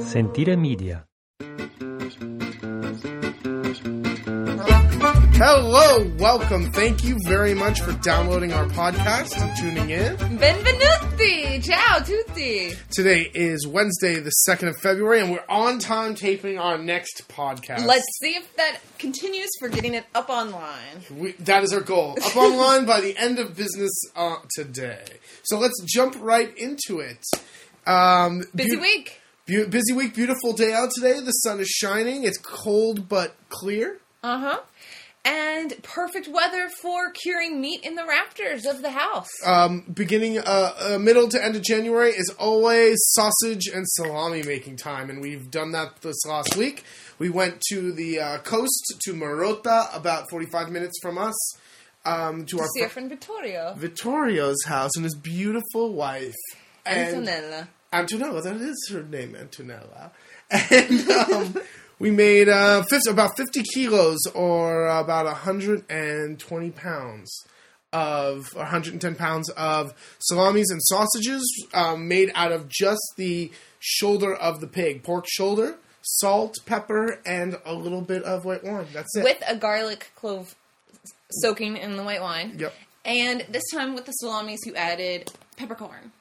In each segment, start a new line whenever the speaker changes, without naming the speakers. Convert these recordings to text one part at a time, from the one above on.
Sentire Media.
Hello, welcome. Thank you very much for downloading our podcast and tuning in.
Benvenuti! Ciao tutti!
Today is Wednesday, the 2nd of February, and we're on time taping our next podcast.
Let's see if that continues for getting it up online.
We, that is our goal. Up online by the end of business uh, today. So let's jump right into it. Um,
Busy
beau-
week.
beau- busy week, beautiful day out today. The sun is shining. It's cold but clear.
Uh huh. And perfect weather for curing meat in the rafters of the house.
Um, beginning uh, uh, middle to end of January is always sausage and salami making time, and we've done that this last week. We went to the uh, coast to Morota, about forty-five minutes from us, um, to our
See our friend Vittorio.
fr- Vittorio's house and his beautiful wife and
Antonella.
Antonella. That is her name, Antonella. And um, we made uh, 50, about fifty kilos, or about hundred and twenty pounds of 110 pounds of salamis and sausages um, made out of just the shoulder of the pig, pork shoulder, salt, pepper, and a little bit of white wine. That's it.
With a garlic clove soaking in the white wine.
Yep.
And this time with the salamis, you added peppercorn.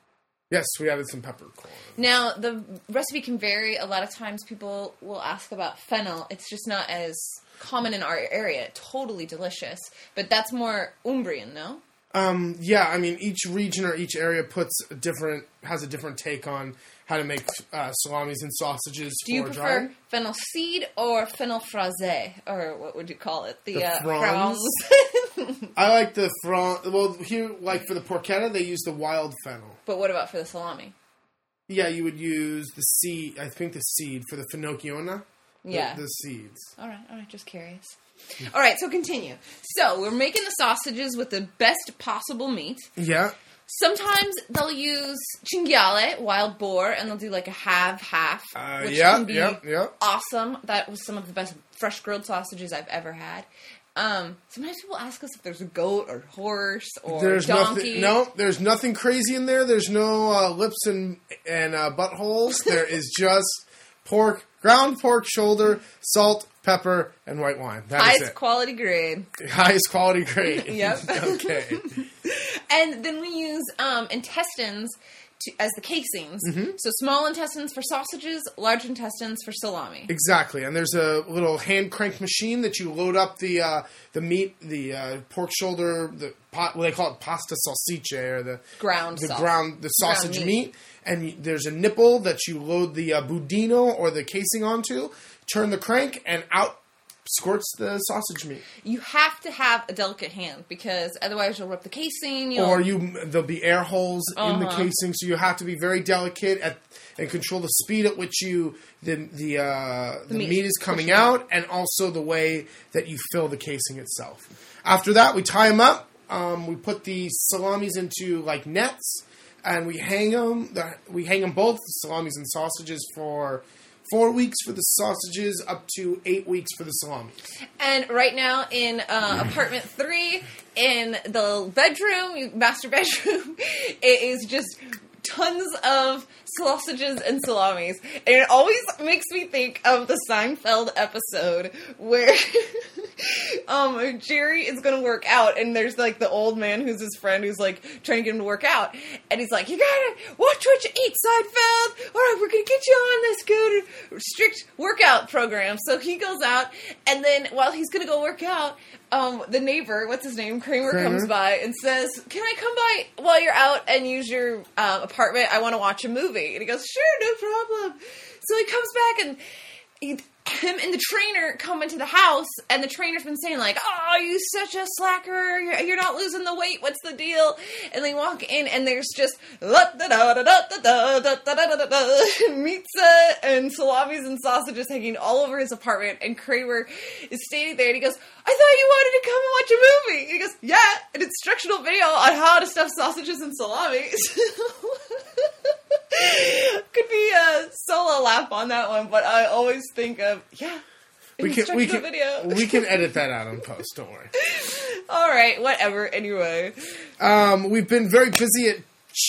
yes, we added some peppercorn.
Now, the recipe can vary. A lot of times people will ask about fennel. It's just not as common in our area. Totally delicious. But that's more Umbrian, no?
Um, yeah, I mean, each region or each area puts a different has a different take on how to make uh, salamis and sausages
Do you
for
prefer
drying.
fennel seed or fennel fraise? Or what would you call it? The, uh,
fronds? I like the front. Well, here, like for the porchetta, they use the wild fennel.
but what about for the salami?
Yeah, you would use the seed. I think the seed for the finocchiona. the-
Yeah.
the, seeds.
All right, all right, just curious. All right, so continue. So we're making the sausages with the best possible meat.
Yeah,
Sometimes they'll use cinghiale, wild boar, and they'll do like a half half,
Uh, yeah, yeah, yeah.
awesome. That was some of the best fresh grilled sausages I've ever had. Um, sometimes people ask us if there's a goat or horse or
there's
donkey.
nothing. No, there's nothing crazy in there. There's no uh, lips and and uh, buttholes. There is just pork, ground pork shoulder, salt, pepper, and white wine. That is
highest
it.
quality grade.
Highest quality grade.
Yep.
okay.
And then we use um, intestines to, as the casings.
Mm-hmm.
So small intestines for sausages, large intestines for salami.
Exactly, and there's a little hand crank machine that you load up the uh, the meat, the uh, pork shoulder, the pot. Well, they call it pasta salsice or the
Ground
the
sausage.
ground the sausage
meat.
meat. And you- there's a nipple that you load the uh, budino or the casing onto. Turn the crank, and out squirts the sausage meat.
You have to have a delicate hand because otherwise you'll rip the casing. You'll,
Or you there'll be air holes in the
Uh-huh.
casing, so you have to be very delicate at and control the speed at which you the the uh, the, meat,
meat
is
is
coming out, and also the way that you fill the casing itself. After that, we tie them up. Um, we put the salamis into like nets, and we hang them. The, we hang them both salamis and sausages for. Four weeks for the sausages, up to eight weeks for the salami.
And right now in uh, apartment three, in the bedroom, you- master bedroom, it is just tons of sausages and salamis. And it always makes me think of the Seinfeld episode where. Um, Jerry is gonna work out, and there's like the old man who's his friend who's like trying to get him to work out, and he's like, "You gotta watch what you eat, Seinfeld. All right, we're gonna get you on this good strict workout program." So he goes out, and then while he's gonna go work out, um, the neighbor, what's his name, Kramer,
Kramer.
comes by and says, "Can I come by while you're out and use your um, apartment? I want to watch a movie." And he goes, "Sure, no problem." So he comes back and he, him and the trainer come into the house, and the trainer's been saying like, "Oh, you such a slacker! You're, you're not losing the weight. What's the deal?" And they walk in, and there's just la da da da da da da da da da da da pizza and salamis and sausages hanging all over his apartment, and Kramer is standing there, and he goes, "I thought you wanted to come and watch a movie." And he goes, "Yeah, an instructional video on how to stuff sausages and salamis." Could be a solo laugh on that one, but I always think of yeah. an instructional video.
we can edit that out on post. Don't worry.
All right, whatever. Anyway,
Um, we've been very busy at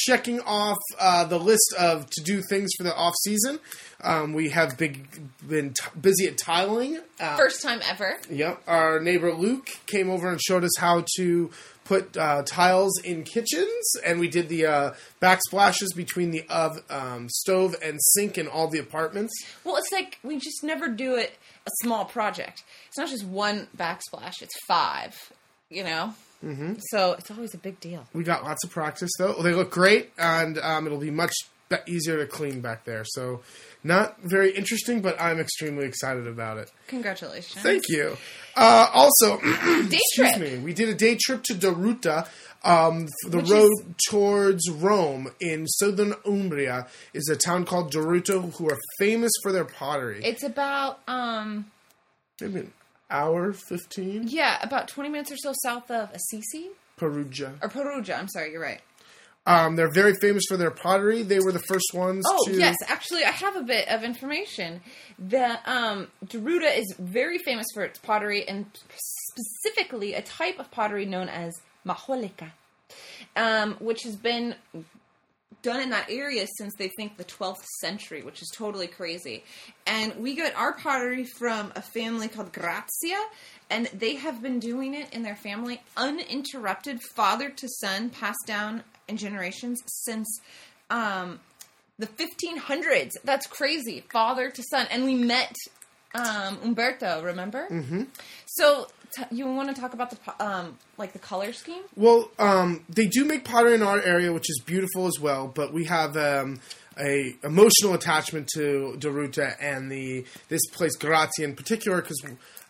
checking off uh, the list of to do things for the off season. Um, we have big, been t- busy at tiling. Uh,
First time ever.
Yep. Our neighbor Luke came over and showed us how to put uh, tiles in kitchens, and we did the uh, backsplashes between the ov- um, stove and sink in all the apartments.
Well, it's like we just never do it a small project. It's not just one backsplash; it's five. You know. Mm-hmm. So it's always a big deal.
We got lots of practice, though. They look great, and um, it'll be much be- easier to clean back there. So, not very interesting, but I'm extremely excited about it.
Congratulations.
Thank you. Uh, also,
Day
Excuse
trip.
me. We did a day trip to Daruta. Um, f- the
Which
road towards Rome in southern Umbria is a town called Daruta, who are famous for their pottery.
It's about um
Maybe an hour fifteen.
yeah about twenty minutes or so south of Assisi
Perugia.
or Perugia. I'm sorry, you're right.
Um, they're very famous for their pottery. They were the first ones.
Oh
to,
yes, actually, I have a bit of information. The um, Deruta is very famous for its pottery and specifically a type of pottery known as majolica, um, which has been done in that area since they think the 12th century, which is totally crazy. And we got our pottery from a family called Grazia, and they have been doing it in their family uninterrupted, father to son, passed down in generations since. Um, the 1500s. That's crazy. Father to son. And we met um, Umberto, remember? Mm-hmm. So t- you want to talk about the po- um, like the color scheme?
Well, um, they do make pottery in our area, which is beautiful as well. But we have um, a emotional attachment to Daruta and the this place Grazia in particular, because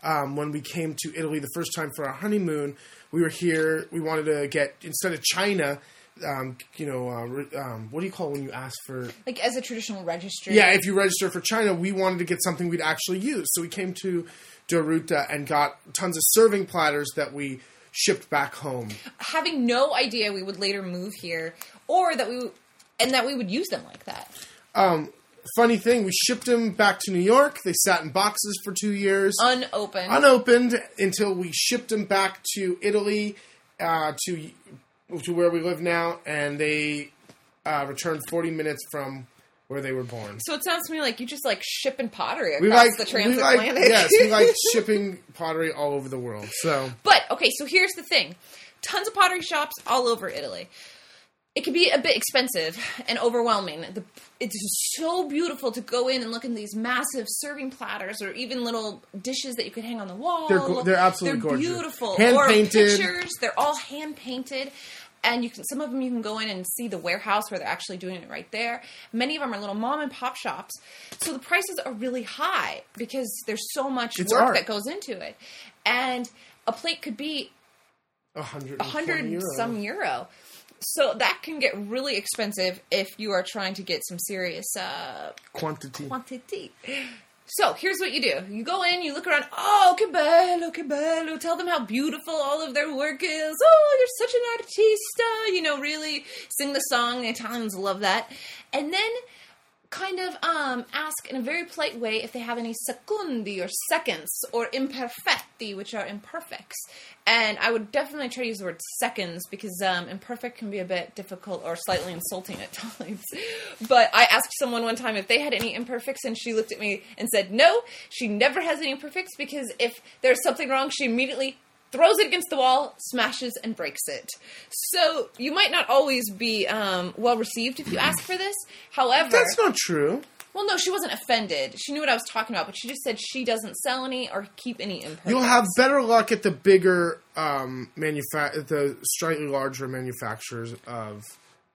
um, when we came to Italy the first time for our honeymoon, we were here. We wanted to get instead of China. Um, you know, uh, re- um, what do you call when you ask for
Like as a traditional registry.
yeah, if you register for China, we wanted to get something we'd actually use. So we came to Daruta and got tons of serving platters that we shipped back home.
Having no idea we would later move here or that we w- and that we would use them like that.
Um, Funny thing, we shipped them back to New York. They sat in boxes for two years,
Uh, Unopened.
unopened, until we shipped them back to Italy, uh, to to where we live now, and they uh, returned 40 minutes from where they were born.
so it sounds to me like you just like shipping pottery across
We like
the
we
transatlantic.
like yes, we like shipping pottery all over the world. So
But okay, so here's the thing: tons of pottery shops all over Italy. It can be a bit expensive and overwhelming. The, it's so beautiful to go in and look in these massive serving platters or even little dishes that you could hang on the wall.
They're go- they're absolutely
They're
gorgeous.
beautiful.
Hand-painted.
Or pictures. They're all hand painted. And you can some of them you can go in and see the warehouse where they're actually doing it right there. Many of them are little mom and pop shops, so the prices are really high because there's so much
It's
work
art.
that goes into it. And a plate could be
100
hundred some euro. So that can get really expensive if you are trying to get some serious uh,
quantity.
quantity. So here's what you do: you go in, you look around. Oh, que bello, que bello! Tell them how beautiful all of their work is. Oh, you're such an artista. You know, really sing the song. The Italians love that. And then kind of um, ask in a very polite way if they have any secundi or seconds or imperfecti, which are imperfects. And I would definitely try to use the word seconds because um, imperfect can be a bit difficult or slightly insulting at times. But I asked someone one time if they had any imperfects, and she looked at me and said, No, she never has any imperfects because if there's something wrong, she immediately throws it against the wall, smashes, and breaks it. So you might not always be um, well received if you ask for this. However,
That's not true.
well, no, she wasn't offended. She knew what I was talking about, but she just said she doesn't sell any or keep any imperfects.
You'll have better luck at the bigger um manufa- the slightly larger manufacturers of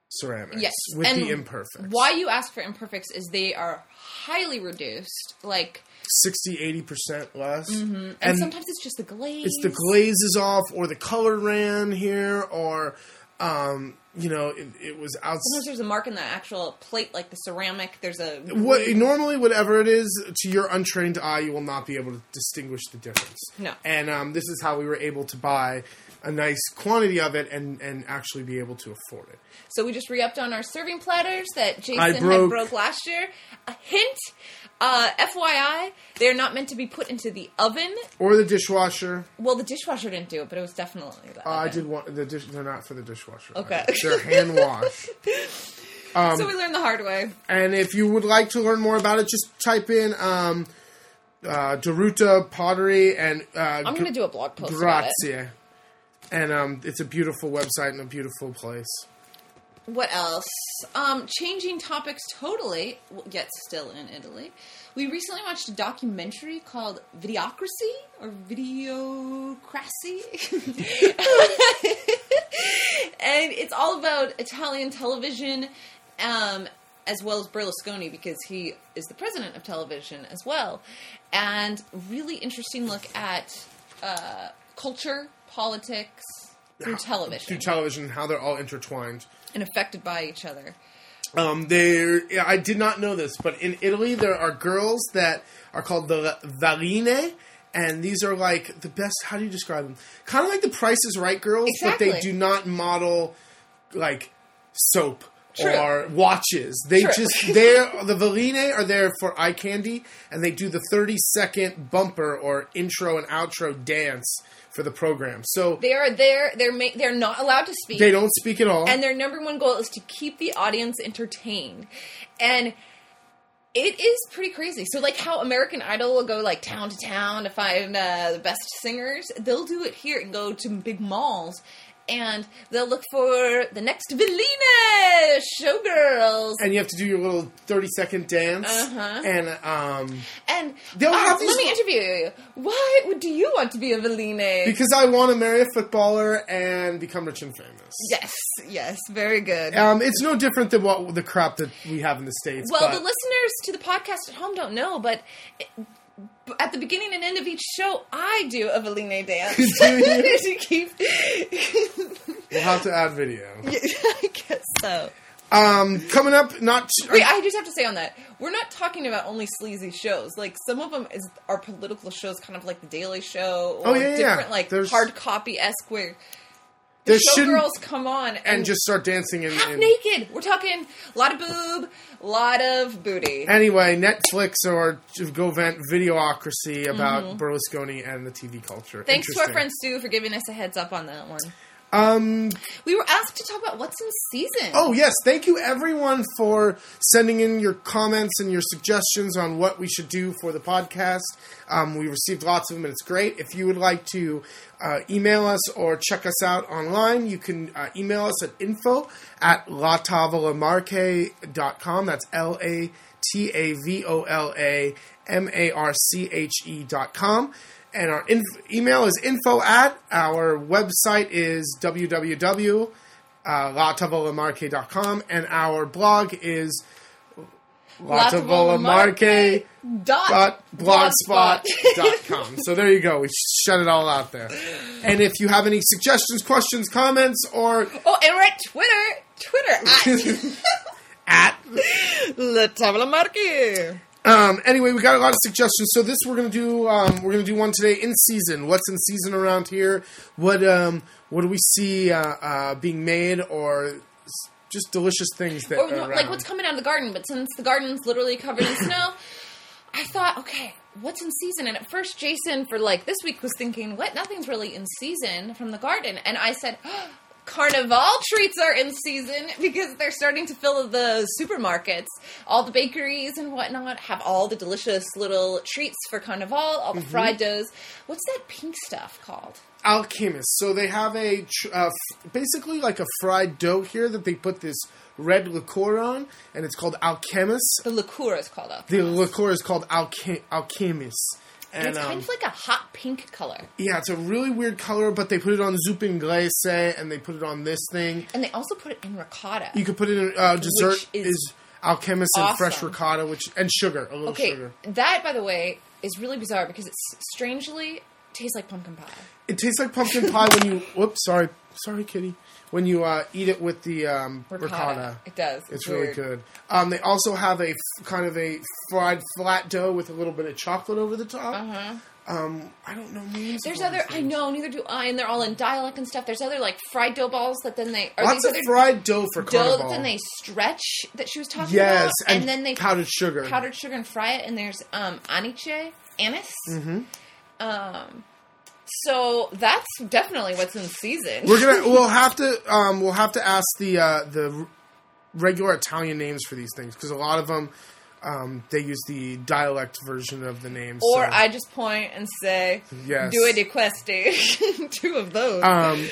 ceramics
yes
with
and
the imperfects.
Why you ask for imperfects is they are highly reduced. Like,
60 80% less. And,
and, sometimes it's just the glaze.
it's the glaze is off or the color ran here or um you know it, it was outside
Sometimes there's a mark in the actual plate, like the ceramic. There's a
What normally, whatever it is, to your untrained eye, you will not be able to distinguish the difference.
No.
And um, this is how we were able to buy a nice quantity of it and and actually be able to afford it.
So we just re-upped on our serving platters that Jason
I broke-
had broke last year. A hint, uh, FYI, they're not meant to be put into the oven.
Or the dishwasher.
Well, the dishwasher didn't do it, but it was definitely the
Uh, I
oven.
did want the dish. They're not for the dishwasher.
Okay.
I- They're hand washed. Um,
so we learned the hard way.
and if you would like to learn more about it, just type in um, uh, Daruta pottery and uh,
I'm going to do a blog post about it.
Grazie. And um, it's a beautiful website and a beautiful place.
What else? Um, changing topics totally, w- yet still in Italy. We recently watched a documentary called Videocracy or Videocracy. and it's all about Italian television um, as well as Berlusconi because he is the president of television as well. And really interesting look at uh, culture, politics through television
Through television, and how they're all intertwined.
and affected by each other.
Um, there, yeah, I did not know this, but in Italy there are girls that are called the Valine, and these are like the best. How do you describe them? Kind of like the Price is Right girls, but they
Exactly.
do not model like soap
True.
or watches. They
True.
just they're the Valine are there for eye candy, and they do the thirty second bumper or intro and outro dance for the program. So they,
They are there. They're ma- they're not allowed to speak,
don't speak at all.
and their number one goal is to keep the audience entertained. And it is pretty crazy. So, like how American Idol will go like town to town to find uh, the best singers, they'll do it here and go to big malls. And they'll look for the next Velina showgirls,
and you have to do your little 30 second dance
Uh-huh.
and um
and
They'll
Ah,
have these-
let me interview you. Why would do you want to be a Velina?
because I want to marry a footballer and become rich and famous.
yes, yes, very good.
Um, it's no different than what the crap that we have in the states.
Well,
but
the listeners to the podcast at home don't know, but at the beginning and end of each show, I do a Valine dance
Do you?
to keep.
we'll have to add video.
I guess so.
Um, coming up, not uh,
Wait, I just have to say on that, we're not talking about only sleazy shows. Like some of them is are political shows, kind of like The Daily Show, or
Oh, yeah, yeah,
different
yeah.
like
There's-
hard copy esque where
there shouldn't
showgirls come on and,
and just start dancing in.
half
in-
naked. We're talking a lot of boob, a lot of booty.
Anyway, Netflix or go vent videocracy about Berlusconi and the TV culture.
Mm-hmm. Thanks to our
Interesting.
friend Sue for giving us a heads up on that one.
Um,
We were asked to talk about what's in season.
Oh yes, thank you everyone for sending in your comments and your suggestions on what we should do for the podcast. Um, we received lots of them, and it's great. If you would like to uh, email us or check us out online, you can uh, email us at info at latavolamarche.com. That's L A T A V O L A M A R C H E dot com. And our inf- email is info at our website is www uh, latavolamarche.com, and our blog is latavolamarche.blogspot.com.
dot
so there you go. We shut it all out there. And if you have any suggestions, questions, comments, or
oh, and we're at Twitter. Twitter
at
at La Tavola Marque.
um, anyway, we got a lot of suggestions. So this we're gonna do. Um, we're gonna do one today in season. What's in season around here? What um, what do we see uh, uh, being made or s- just delicious things that
Or
are
no,
around.
like what's coming out of the garden, but since the garden's literally covered in snow, I thought, okay, what's in season? And at first, Jason for like this week was thinking, what? Nothing's really in season from the garden, and I said. Carnival treats are in season because they're starting to fill the supermarkets. All the bakeries and whatnot have all the delicious little treats for Carnival, all
Mm-hmm.
the fried doughs. What's that pink stuff called?
alchemists. So they have a tr- uh, f- basically like a fried dough here that they put this red liqueur on, and it's called alchemists.
The liqueur is called up.
The liqueur is called alche- alchemists. And,
it's kind
um,
of like a hot pink color.
yeah, it's a really weird color, but they put it on zupin glace and they put it on this thing.
And they also put it in ricotta.
You could put it in uh, dessert
is
is, alchemist and fresh
awesome.
ricotta, which and sugar, a little
Okay,
Oh, sugar.
that by the way is really bizarre because it s- strangely tastes like pumpkin pie.
It tastes like pumpkin pie when you. Whoops, sorry, sorry, kitty. When you uh, eat it with the um,
Ricotta.
ricotta.
It does. It's,
It's really
weird.
good. Um, they also have a f- kind of a fried flat dough with a little bit of chocolate over the top. Um, I don't know names. of
Uh-huh. There's
all
other.
these
I
things.
know. Neither do I. And they're all in dialect and stuff. There's other like fried dough balls that then they are
Lots
these
of
other
fried dough for
dough
carnival.
that then they stretch that she was talking
yes,
about. And, then they
powdered sugar.
powdered
Mm-hmm.
sugar and fry it. And there's um aniche, anise. Um, So that's definitely what's in season.
We're gonna we'll have to um, we'll have to ask the uh, the r- regular Italian names for these things because a lot of them um, they use the dialect version of the names.
or
so-
I just point and say,
Yes.
"Due di questi." Two of those.
Um,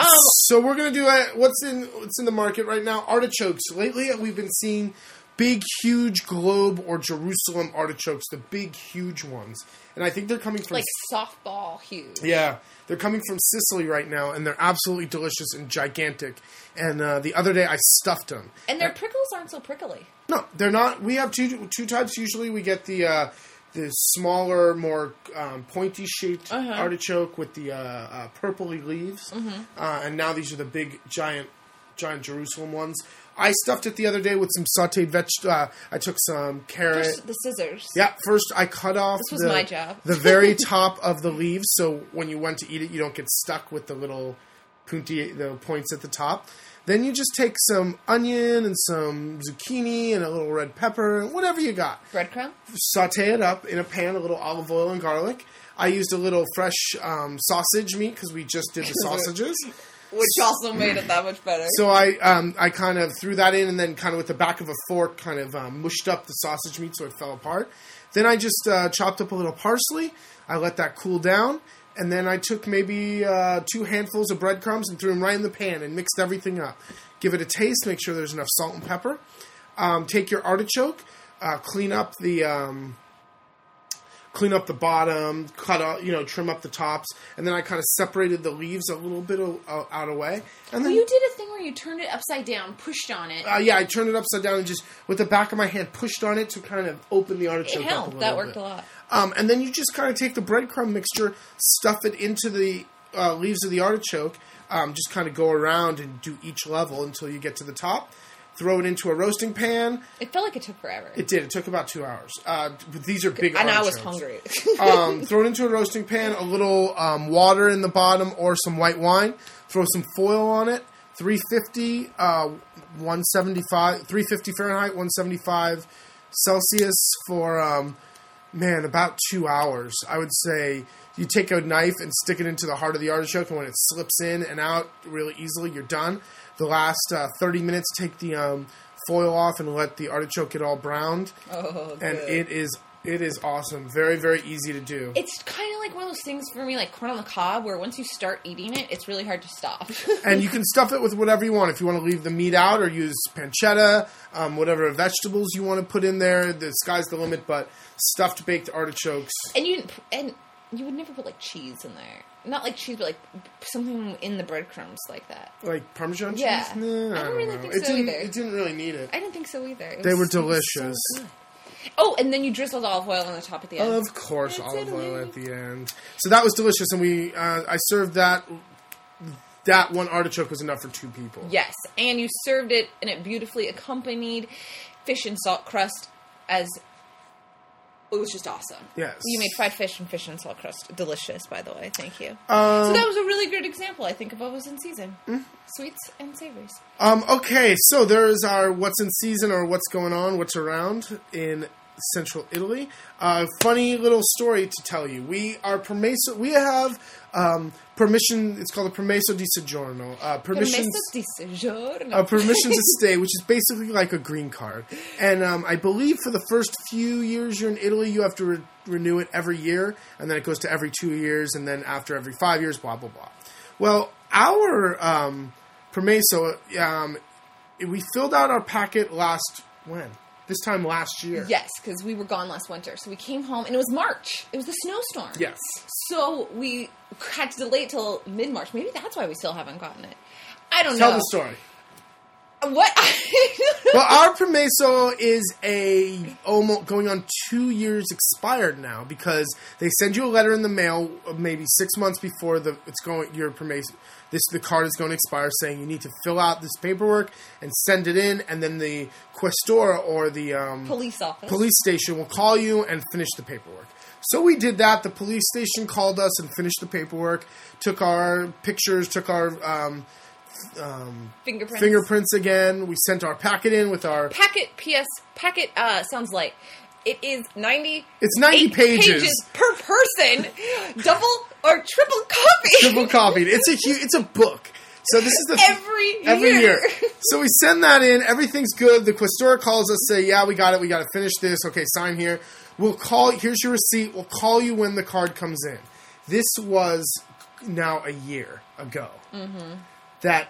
Um,
so we're gonna do uh, what's in what's in the market right now. Artichokes. Lately, we've been seeing big, huge globe or Jerusalem artichokes, the big, huge ones, and I think they're coming from
like softball huge.
yeah, they're coming from Sicily right now, and they're absolutely delicious and gigantic. And uh, the other day, I stuffed them.
And their prickles aren't so prickly.
No, they're not. We have two two types. Usually, we get the uh, the smaller, more um, pointy shaped artichoke with the uh, uh, purpley leaves, uh, and now these are the big, giant, giant Jerusalem ones. I stuffed it the other day with some sautéed veg. Uh, I took some carrot.
Just the scissors.
yeah, first I cut off
This was
the,
my job.
the very top of the leaves, so when you went to eat it, you don't get stuck with the little punti, the points at the top. Then you just take some onion and some zucchini and a little red pepper and whatever you got.
Breadcrumb.
Saute it up in a pan, a little olive oil and garlic. I used a little fresh um, sausage meat because we just did the sausages.
Which also made it that much better.
So I um, I kind of threw that in and then kind of with the back of a fork kind of um, mushed up the sausage meat so it fell apart. Then I just uh, chopped up a little parsley. I let that cool down. And then I took maybe uh, two handfuls of breadcrumbs and threw them right in the pan and mixed everything up. Give it a taste, make sure there's enough salt and pepper. Um, take your artichoke, uh, clean up the. Um, clean up the bottom, cut out, you know, trim up the tops, and then I kind of separated the leaves a little bit o- o- out away. And then
you did a thing where you turned it upside down, pushed on it.
uh, yeah, I turned it upside down and just with the back of my hand pushed on it to kind of open the artichoke.
it
up a
helped.
little
That worked
bit.
a lot.
Um, and then you just kind of take the breadcrumb mixture, stuff it into the uh, leaves of the artichoke. Um, just kind of go around and do each level until you get to the top. Throw it into a roasting pan.
It felt like it took forever.
It did. It took about two hours. Uh, but these are big.
and I was
artichokes.
hungry.
um, throw it into a roasting pan, a little um, water in the bottom or some white wine. Throw some foil on it. 350, uh, 175, 350 Fahrenheit, 175 Celsius for, um, man, about two hours. I would say you take a knife and stick it into the heart of the artichoke, and when it slips in and out really easily, you're done. The last uh, 30 minutes, take the um, foil off and let the artichoke get all browned
oh,
and
good.
it is it is awesome. Very very easy to do.
it's kind of like one of those things for me, like corn on the cob, where once you start eating it, it's really hard to stop.
and you can stuff it with whatever you want. If you want to leave the meat out or use pancetta, um, whatever vegetables you want to put in there, the sky's the limit. But stuffed baked artichokes.
and you didn't, p- and you would never put like cheese in there. Not like cheese, but like something in the breadcrumbs like that.
Like Parmesan cheese?
Yeah.
Nah,
I
I
don't
don't
really
know.
think
It
so
didn't.
either.
It didn't really need it.
I didn't think so either. It
They
was-
were
it was so
delicious.
good. oh, and then you drizzled olive oil on the top at the end.
Of course,
It's
olive oil
Italy.
at the end. So that was delicious, and we uh, I served that. That one artichoke was enough for two people.
Yes, and you served it, and it beautifully accompanied fish and salt crust as. It was just awesome.
Yes.
You made fried fish and fish and salt crust. Delicious, by the way. Thank you.
Um, Hmm?
so that was a really good example, I think, of what was in season. Sweets and savories.
Um, okay, so there's our what's in season or what's going on, what's around in central Italy. Uh, funny little story to tell you. We are permesso, we have um, permission, it's called a permesso di soggiorno. Uh, permissions,
Permesso di soggiorno.
a uh, permission to stay, which is basically like a green card. And um, I believe for the first few years you're in Italy, you have to re- renew it every year, and then it goes to every two years, and then after every five years, blah blah blah. Well, our um, permesso, um, we filled out our packet last when this time last year.
Yes, because we were gone last winter. So we came home, and it was March. It was the snowstorm.
Yes.
So we had to delay till mid March. Maybe that's why we still haven't gotten it. I don't
Tell
know.
the story.
What?
well, our permesso is a almost going on two years expired now because they send you a letter in the mail uh, maybe six months before the it's going your permesso this the card is going to expire saying you need to fill out this paperwork and send it in and then the questora or the um,
Police office.
police station will call you and finish the paperwork. So we did that. The police station called us and finished the paperwork, took our pictures, took our um,
Fingerprints.
fingerprints again. We sent our packet in with our
Packet PS packet uh sounds like it is 90
It's 90
eight
pages.
per person double or triple coffee
triple copied. It's a huge, it's a book. So this is the
every year.
every year. So we send that in. Everything's good. The Questora calls us, say, "Yeah, we got it. We got to finish this. Okay, sign here. We'll call. Here's your receipt. We'll call you when the card comes in." This was now a year ago.
Mm-hmm.
That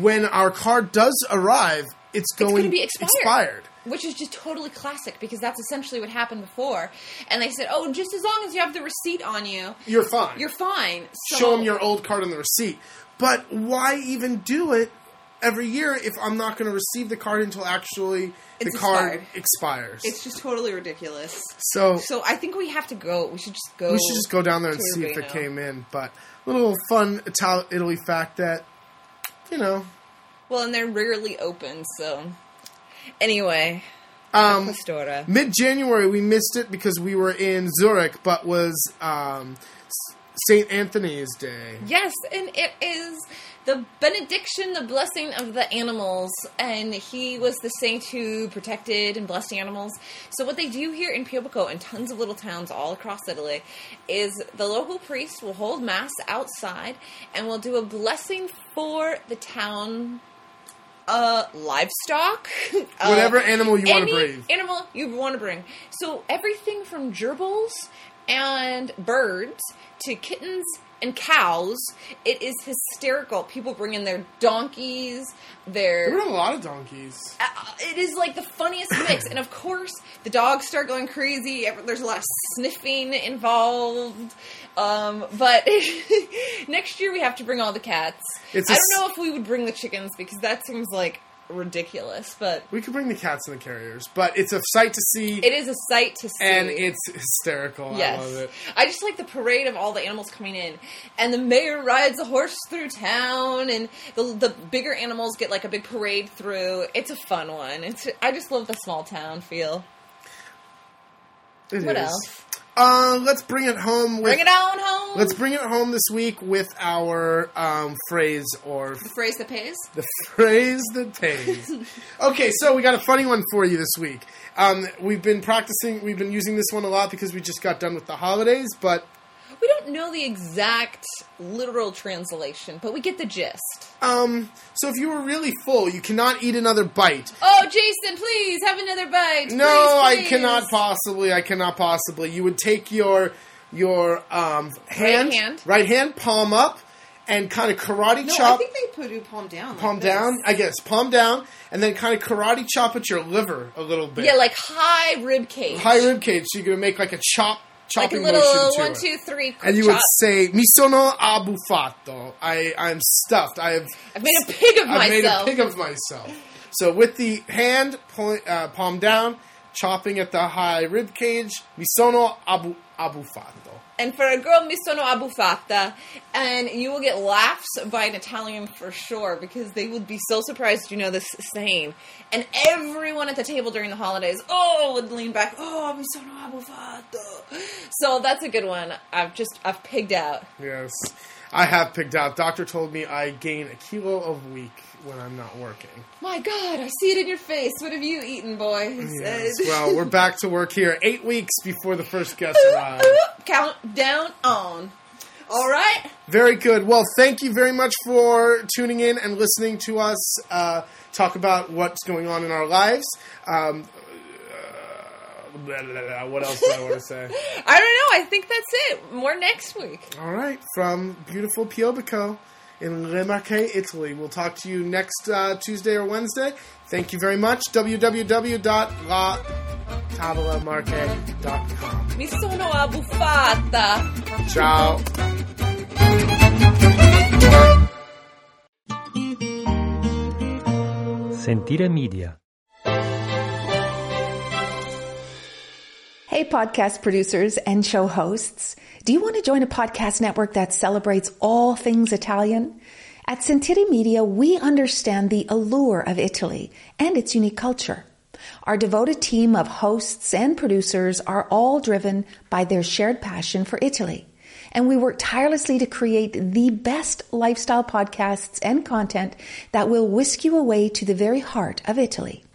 when our card does arrive, it's going
gonna be expired.
expired.
Which is just totally classic because that's essentially what happened before. And they said, "Oh, just as long as you have the receipt on you,
You're fine.
you're fine." So
show them your old card on the receipt. But why even do it every year if I'm not going to receive the card until actually the
It's
card expires?
It's just totally ridiculous.
so
So I think we have to go. We should just go.
we should just go down there and
to
see if it
Urbino.
came in. But little fun Ital- Italy fact that you know.
Well, and they're rarely open, so anyway,
Um,
Pastora.
Mid January, we missed it because we were in Zurich, but was um, St. Anthony's Day.
Yes, and it is the benediction, the blessing of the animals, and he was the saint who protected and blessed animals. So what they do here in Piobico and tons of little towns all across Italy is the local priest will hold mass outside and will do a blessing for the town uh livestock uh,
Whatever animal you wanna
any
breed.
animal you want to bring so everything from gerbils and birds to kittens and cows it is hysterical people bring in their donkeys their
There were a lot of donkeys.
uh, it is like the funniest mix. And of course, the dogs start going crazy. Ev- There's a lot of sniffing involved. Um, but next year we have to bring all the cats.
It's
I
a
don't
s-
know if we would bring the chickens because that seems like ridiculous. But
We could bring the cats and the carriers, but it's a sight to see.
it is a sight to see.
and it's hysterical.
Yes.
I love it.
I just like the parade of all the animals coming in. And the mayor rides a horse through town, and the, the bigger animals get like a big parade through. It's a fun one. It's I just love the small town feel.
It
What
is.
else?
Uh, let's bring it home with.
Bring it on home.
Let's bring it home this week with our um, phrase or
phrase that pays.
the phrase that pays. okay, so we got a funny one for you this week. Um, we've been practicing. We've been using this one a lot because we just got done with the holidays, but
We don't know the exact literal translation, but we get the gist.
um, so if you were really full, you cannot eat another bite.
Oh, Jason, please have another bite.
No,
Please,
I
please.
cannot possibly. I cannot possibly. You would take your your um, hand,
hand.
right hand, palm up, and kind of karate
No, I
chop.
think they put you palm down. like
palm
this.
down, I guess. Palm down, and then kind of karate chop at your liver a little bit.
Yeah, like high rib cage.
high rib cage. So you're gonna make like a chop,
Like a
chopping
little
motion to
one,
it.
two, three.
and you
chop.
would say, "Mi sono abuffato." I I'm stuffed. I have
I've made a pig of
I've made a
myself.
pig of myself. So with the hand point, uh, palm down, chopping at the high rib cage, mi sono abu, abufato.
and for a girl, mi sono abbuffata. And you will get laughs by an Italian for sure because they would be so surprised you know this saying. And everyone at the table during the holidays, oh, would lean back, oh, mi sono abbuffata. So that's a good one. I've just, I've pigged out.
Yes, I have picked out. Doctor told me I gain a kilo a week when I'm not working.
My God, I see it in your face. What have you eaten, boy? He
Yes.
said.
well, we're back to work here. Eight weeks before the first guest arrived.
Count down on. All right.
Very good. Well, thank you very much for tuning in and listening to us uh, talk about what's going on in our lives. Um, uh, blah, blah, blah. What else do I want to say?
I don't know. I think that's it. More next week.
All right, from beautiful Piobico in Remarque, Italy. We'll talk to you next uh, Tuesday or Wednesday. Thank you very much. www.latavolamarque.com.
Mi sono abbuffata.
Ciao.
Sentire Media.
Hey, podcast producers and show hosts. Do you want to join a podcast network that celebrates all things Italian? At Sentiti Media, we understand the allure of Italy and its unique culture. Our devoted team of hosts and producers are all driven by their shared passion for Italy. And we work tirelessly to create the best lifestyle podcasts and content that will whisk you away to the very heart of Italy.